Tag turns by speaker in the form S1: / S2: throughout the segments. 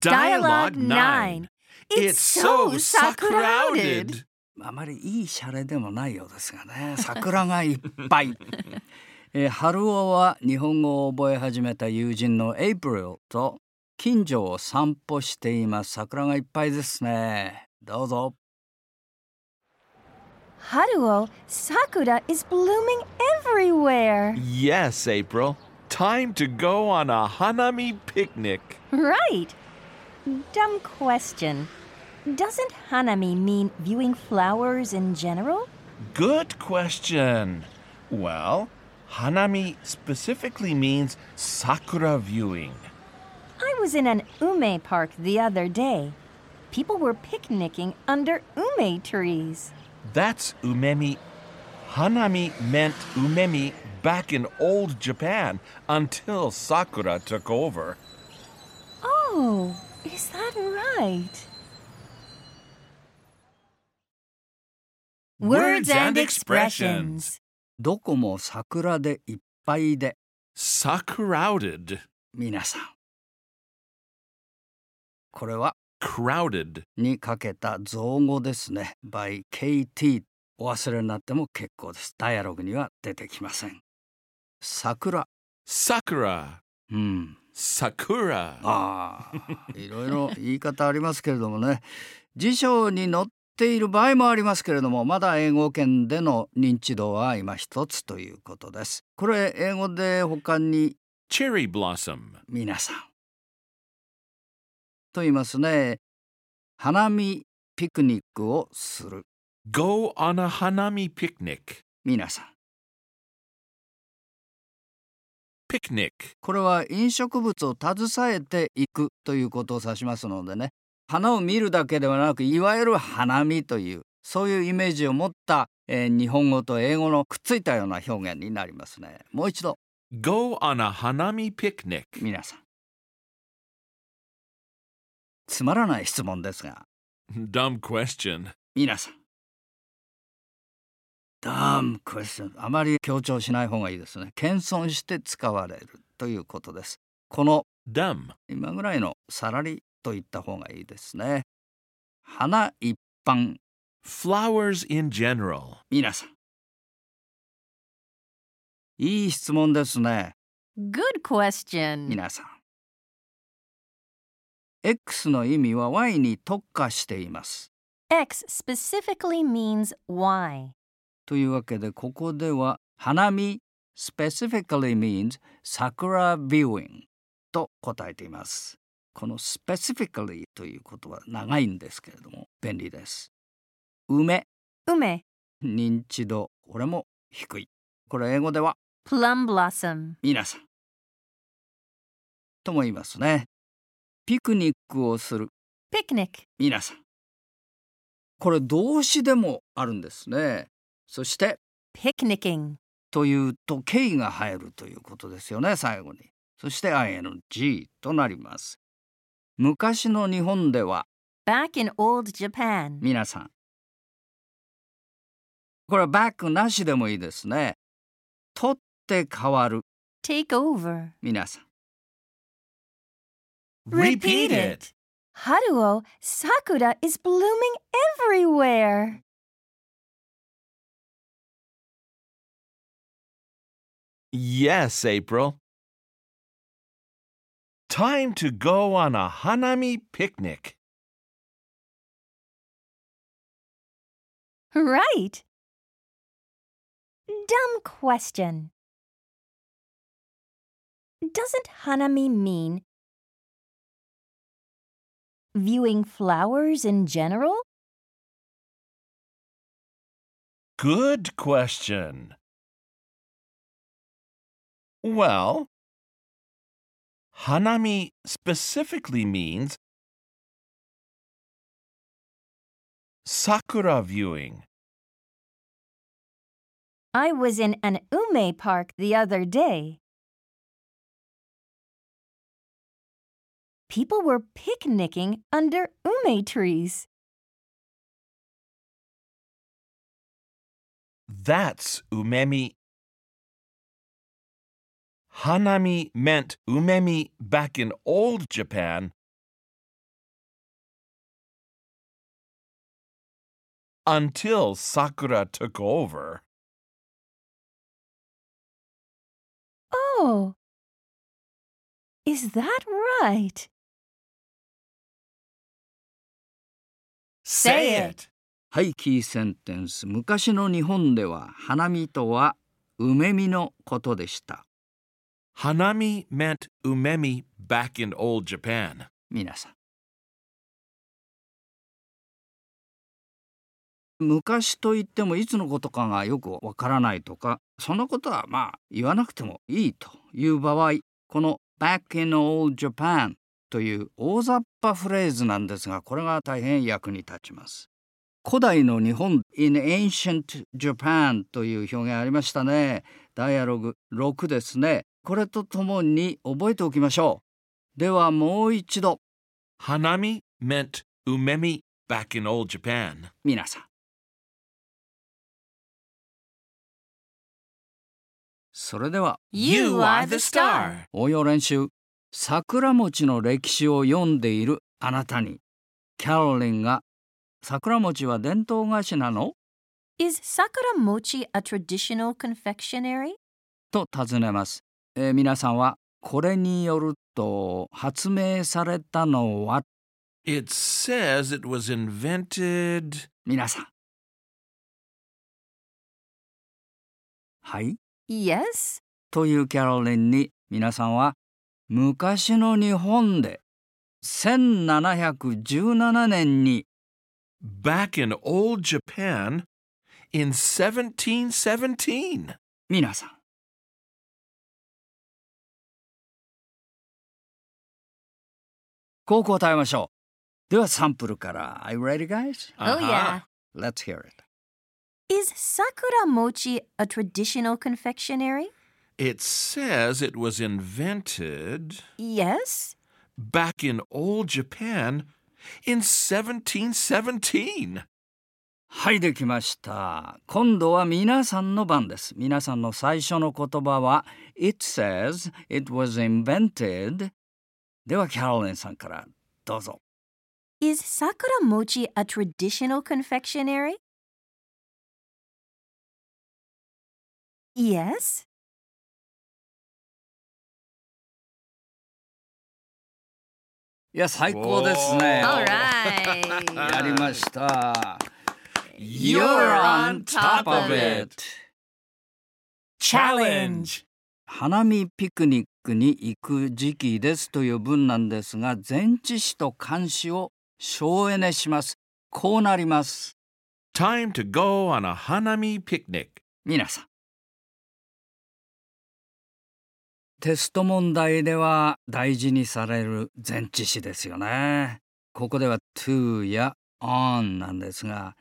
S1: Dialogue 9.
S2: It's so saccrowded.
S3: あまりいいシャレでもないようですがね桜がいっぱい えー春男は日本語を覚え始めた友人のエイプリルと近所を散歩しています桜がいっぱいですねどうぞ
S4: Haruo, Sakura is blooming everywhere.
S1: Yes, April. Time to go on a Hanami picnic.
S4: Right. Dumb question. Doesn't Hanami mean viewing flowers in general?
S1: Good question. Well, Hanami specifically means sakura viewing.
S4: I was in an ume park the other day. People were picnicking under ume trees.
S1: That's umemi. Hanami meant umemi back in old Japan until sakura took over.
S4: Oh, is that right?
S1: Words and expressions.
S3: どこも桜でいっぱいで
S2: Saccrowded.
S3: 皆さんこれは
S2: Crowded.
S3: にかけた造語ですね by KT お忘れになっても結構ですダイアログには出てきません桜
S2: Sakura.
S3: うん、
S2: Sakura.
S3: ああいろいろ言い方ありますけれどもね辞書に載っている場合もありますけれどもまだ英語圏での認知度は今一つということですこれ英語で他に
S2: Cherry blossom.
S3: 皆さんと言いますね花見ピクニックをする
S2: Go on a Hanami picnic.
S3: 皆さん
S2: Picnic.
S3: これは飲食物を携えていくということを指しますのでね花を見るだけではなくいわゆる花見というそういうイメージを持った、えー日本語と英語のくっついたような表現になりますねもう一度
S2: Go on a Hanami picnic.
S3: 皆さんつまらない質問ですが
S2: Dumb question.
S3: 皆さんダムクエスチョンあまり強調しない方がいいですね謙遜して使われるということですこの
S2: Dumb.
S3: 今ぐらいのさらりと言った方がいいですね。花一般、
S2: Flowers in general.
S3: 皆さん。いい質問ですね、
S4: Good question.
S3: 皆さん。X の意味は Y に特化しています。
S4: X specifically means why.
S3: というわけで、ここでは、花見 specifically means 桜 viewing と答えています。この specifically ということは長いんですけれども、便利です。梅
S4: Ume,
S3: 認知度これも低いこれ英語では
S4: plum blossom.
S3: 皆さんとも言いますねピクニックをする
S4: Picnic.
S3: 皆さんこれ動詞でもあるんですねそして
S4: Picnicking.
S3: というと敬意が入るということですよね最後にそして ing となります昔の日本では
S4: Back in old Japan.
S3: 皆さんこれはバックなしでもいいですね取って変わる
S4: Take over.
S3: 皆さん
S2: Repeat it.
S4: Haruo, Sakura is blooming everywhere.
S1: Yes, April. Time to go on a Hanami picnic.
S4: Right. Dumb question. Doesn't Hanami mean viewing flowers in general?
S1: Good question. Well, Hanami specifically means sakura viewing.
S4: I was in an ume park the other day. People were picnicking under ume trees.
S1: That's umemi. Hanami meant umemi back in old Japan until Sakura took over.
S4: Oh. Is that right? Say it.
S3: はい、キーセンテンス。昔の日本では、花見とは梅見のことでした。
S2: Hanami meant umemi back in old Japan.
S3: 皆さん。昔といってもいつのことかがよくわからないとかそんなことはまあ言わなくてもいいという場合この「Back in Old Japan」という大雑把フレーズなんですがこれが大変役に立ちます。古代の日本 in ancient Japan という表現ありましたね。ダイアログ6ですね。これとともに覚えておきましょう。ではもう一度
S2: Hanami meant umemi back in old Japan.
S3: 皆さん。それでは
S2: You are the star.
S3: 応用練習桜餅の歴史を読んでいるあなたにキャロリンが桜餅は伝統菓子なの
S4: Is Sakura Mochi a traditional confectionery?
S3: と尋ねます、えー皆さんはこれによると発明されたのは
S2: It says it was invented.
S3: 皆さんはい
S4: Yes.
S3: というキャロリンに皆さんは昔の日本で1717年に
S2: Back in old Japan in 1717.
S3: 皆さんこう答えましょうではサンプルから Are you ready guys?
S2: Uh-huh.
S4: Oh, yeah.
S3: Let's hear it
S4: Is Sakura Mochi a traditional confectionery?
S2: It says it was invented
S4: Yes.
S2: back in old Japan in 1717.
S3: はいできました今度は皆さんの番です皆さんの最初の言葉は It says it was invented ではキャロリンさんからどうぞ
S4: Is Sakura Mochi a traditional confectionery? Yes.
S3: いや最高ですね
S2: All
S4: right.
S3: やりました。
S2: You're
S4: on top of
S2: it.
S3: 花見ピクニックに行く時期ですという文なんですが、前置詞と冠詞を省エネします。こうなります。
S2: Time to go on a Hanami picnic.
S3: 皆さん。テスト問題では大事にされる前置詞ですよね。ここでは to や on なんですが、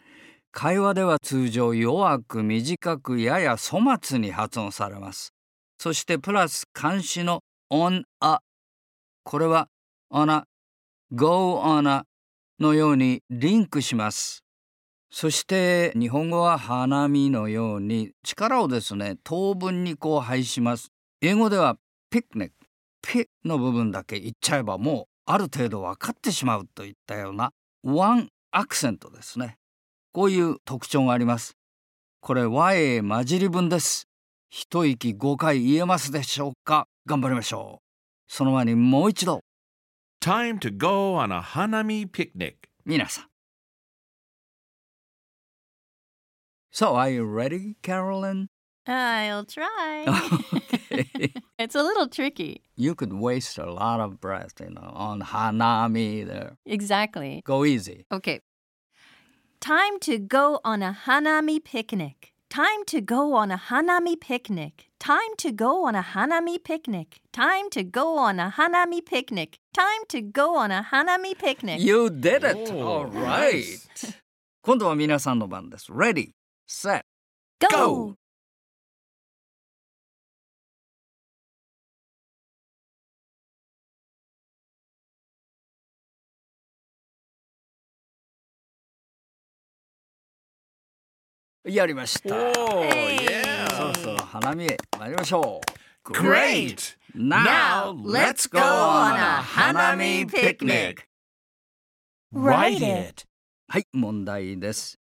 S3: 会話では通常弱く短くやや粗末に発音されます。そしてプラス漢詞の on a。これは on a、go on a のようにリンクします。そして日本語は花見のように力をですね当分にこう配します英語ではピクニックピの部分だけ言っちゃえばもうある程度分かってしまうといったようなワンアクセントですねこういう特徴がありますこれ和英混じり文です一息5回言えますでしょうか頑張りましょうその前にもう一度
S2: Time to go on a Hanami picnic.
S3: 皆さん So are you ready, Carolyn?
S5: I'll try. it's a little tricky.
S3: you could waste a lot of breath, you know, on hanami there.
S5: Exactly.
S3: Go easy.
S5: Okay.
S4: Time to go on a Hanami picnic. Time to go on a Hanami picnic. Time to go on a Hanami picnic. Time to go on a Hanami picnic. Time to go on a Hanami picnic.
S3: You did it!
S2: Oh,
S3: All right! 今度は皆さんの番です。Ready, set,
S4: go.
S2: Go.
S3: やりました。
S2: Oh,
S4: Hey.
S3: そうそう、花見へ参りましょう。
S2: Great!
S3: Now,
S4: let's go on a hanami picnic. Write it.
S3: はい、問題です。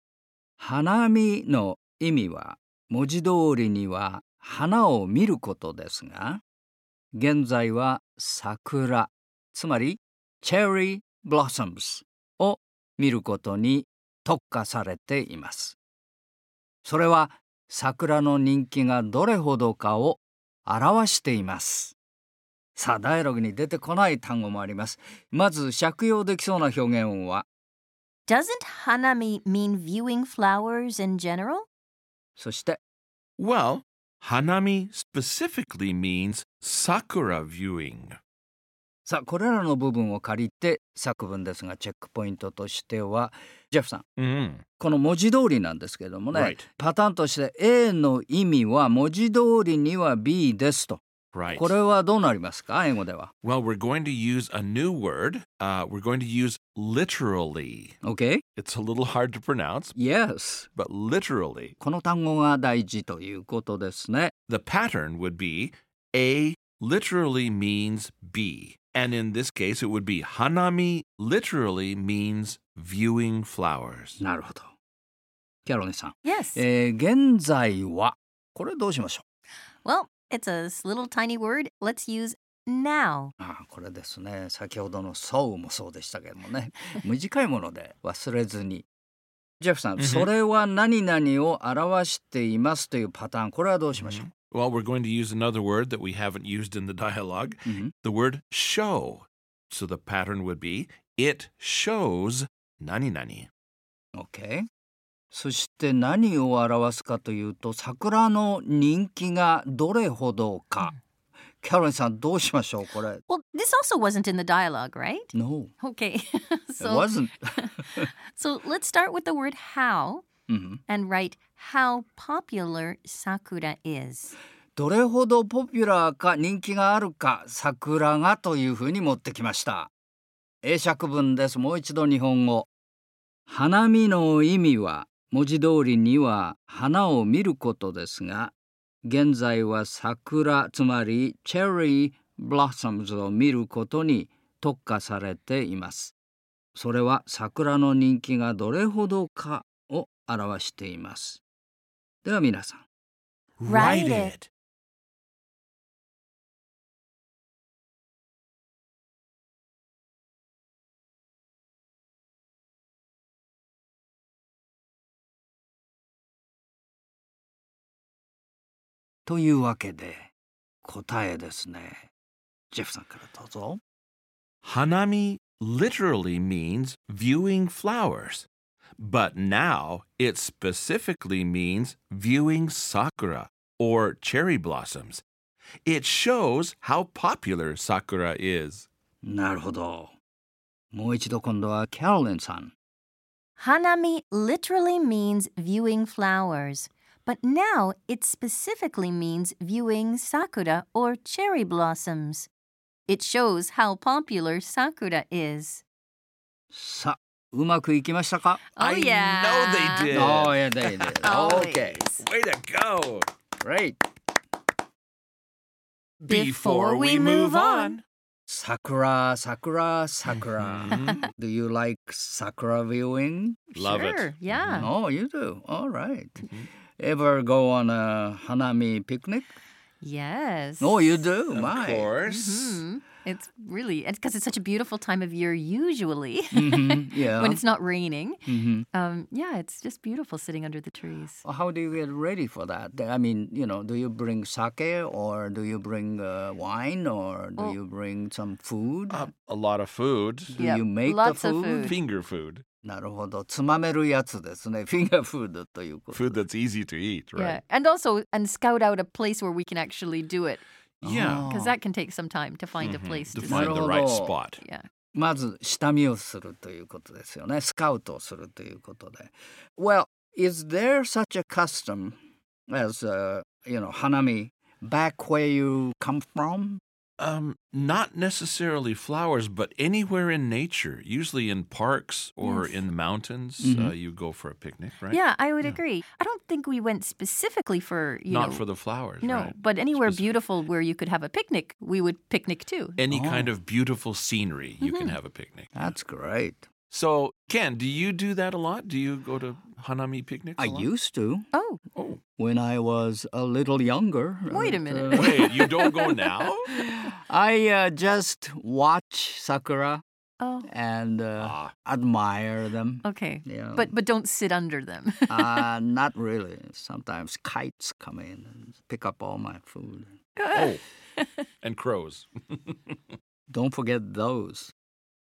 S3: 花見の意味は文字通りには花を見ることですが現在は桜つまり Cherry Blossoms を見ることに特化されていますそれは桜の人気がどれほどかを表していますさあダイアログに出てこない単語もありますまず借用できそうな表現音は
S4: Doesn't hanami mean viewing flowers in general?
S3: そして
S2: Well, hanami specifically means sakura viewing.
S3: さあこれらの部分を借りて作文ですがチェックポイントとしてはジェフさん
S2: Mm.
S3: この文字通りなんですけどもね、
S2: Right.
S3: パターンとして A の意味は文字通りには B ですと
S2: Right.
S3: これはどうなりますか英語では
S2: Well, we're going to use a new word. Uh, we're going to use literally.
S3: OK?Yes
S2: It's a little hard to pronounce, but literally.
S3: この単語が大事ということですね
S2: The pattern would be A literally means B. And in this case, it would be hanami literally means viewing flowers.
S3: なるほどキャロルさん、
S5: Yes.
S3: えー現在はこれどうしましょ
S5: well, it's a s- little tiny word. Let's use now.
S3: うああこれですね先ほどの「そう」もそうでしたけども ね短いもので忘れずにジェフさん、
S2: Mhm.
S3: それは何々を表していますというパターンこれはどうしましょう、
S2: Well, we're going to use another word that we haven't used in the dialogue
S3: うん
S2: the word show. So the pattern would be it shows nani nani.
S3: OK そして何を表すかというと桜の人気がどれほどか、キャロリンさんどうしましょうこれ
S5: Well, this also wasn't in the dialogue, right?
S3: No
S5: Okay.
S3: it
S5: so,
S3: wasn't
S5: so let's start with the word how
S3: うん、
S5: and write how popular sakura is.
S3: どれほどポピュラーか人気があるか桜がというふうに持ってきました英釈文ですもう一度日本語花見の意味は文字通りには花を見ることですが現在は桜つまりチェリーブラッサムズを見ることに特化されていますそれは桜の人気がどれほどかを表していますでは皆さん
S5: Write it.
S3: というわけで答えですねジェフさんからどうぞ
S2: Hanami literally means viewing flowers, but now it specifically means viewing sakura or cherry blossoms. It shows how popular sakura is.
S3: なるほどもう一度今度はキャロリンさん
S4: Hanami literally means viewing flowers, but now it specifically means viewing sakura or cherry blossoms.
S5: It shows how popular sakura is.
S3: さあうまくいきましたか
S5: Oh,
S2: I
S5: yeah.
S2: know they did.
S3: おーいやだいだい だ
S5: Always.
S3: OK
S2: Way to go!
S3: great 桜桜桜 Do you like sakura viewing?
S2: Love it.
S5: Sure, Yeah.
S3: Oh, you do. All right. Ever go on a hanami picnic?
S5: Yes.
S3: Oh, you do.
S2: Of
S3: My.
S2: course.
S5: Mhm. It's really because it's such a beautiful time of year usually
S3: Mhm, yeah.
S5: when it's not raining.
S3: Mhm.
S5: Um, yeah, it's just beautiful sitting under the trees.
S3: How do you get ready for that? I mean, you know, do you bring sake or do you bring uh, wine or do
S5: Oh.
S3: you bring some food?
S2: Uh, a lot of food.
S3: do
S5: Yep,
S3: you make
S5: lots
S3: the
S5: of
S3: food?
S5: food.
S2: Finger food.
S3: なるほど。つまめるやつです ね。フィンガーフードということ。
S2: Food that's easy to eat,
S5: Yeah,
S2: right?
S5: and also and scout out a place where we can actually do it
S3: Oh.
S2: Yeah.
S5: because that can take some time to find
S2: Mhm.
S5: a place
S2: To
S5: to
S2: find
S5: sit.
S2: the right
S3: Marolo.
S2: spot.
S5: Yeah.
S3: まず下見をするということですよね。スカウトをするということで。Well, is there such a custom as, uh, you know, hanami back where you come from?
S2: Um, not necessarily flowers, but anywhere in nature, usually in parks or in the mountains, uh, you go for a picnic,
S5: Mm-hmm.
S2: right?
S5: Yeah, I would agree. I don't think we went specifically for you
S2: Not
S5: know,
S2: for the flowers.
S5: no,
S2: right?
S5: but anywhere
S2: Spec-
S5: beautiful where you could have a picnic, we would picnic too.
S2: Any kind
S3: Oh.
S2: of beautiful
S5: Mm-hmm.
S2: scenery, you can have a picnic.
S3: That's great.
S2: So, Ken, do you do that a lot? Do you go to hanami picnics?
S3: I
S2: a lot?
S3: used to
S4: Oh,
S2: Oh,
S3: when I was a little younger.
S4: Wait a
S3: but,
S4: minute.
S3: uh,
S2: wait, you don't go now?
S3: I uh, just watch sakura
S4: oh.
S3: and uh,
S2: Ah,
S3: admire them.
S4: Okay.
S3: Yeah.
S4: But but don't sit under them.
S3: uh, not really. Sometimes kites come in and pick up all my food.
S2: oh, and crows.
S3: Don't forget those.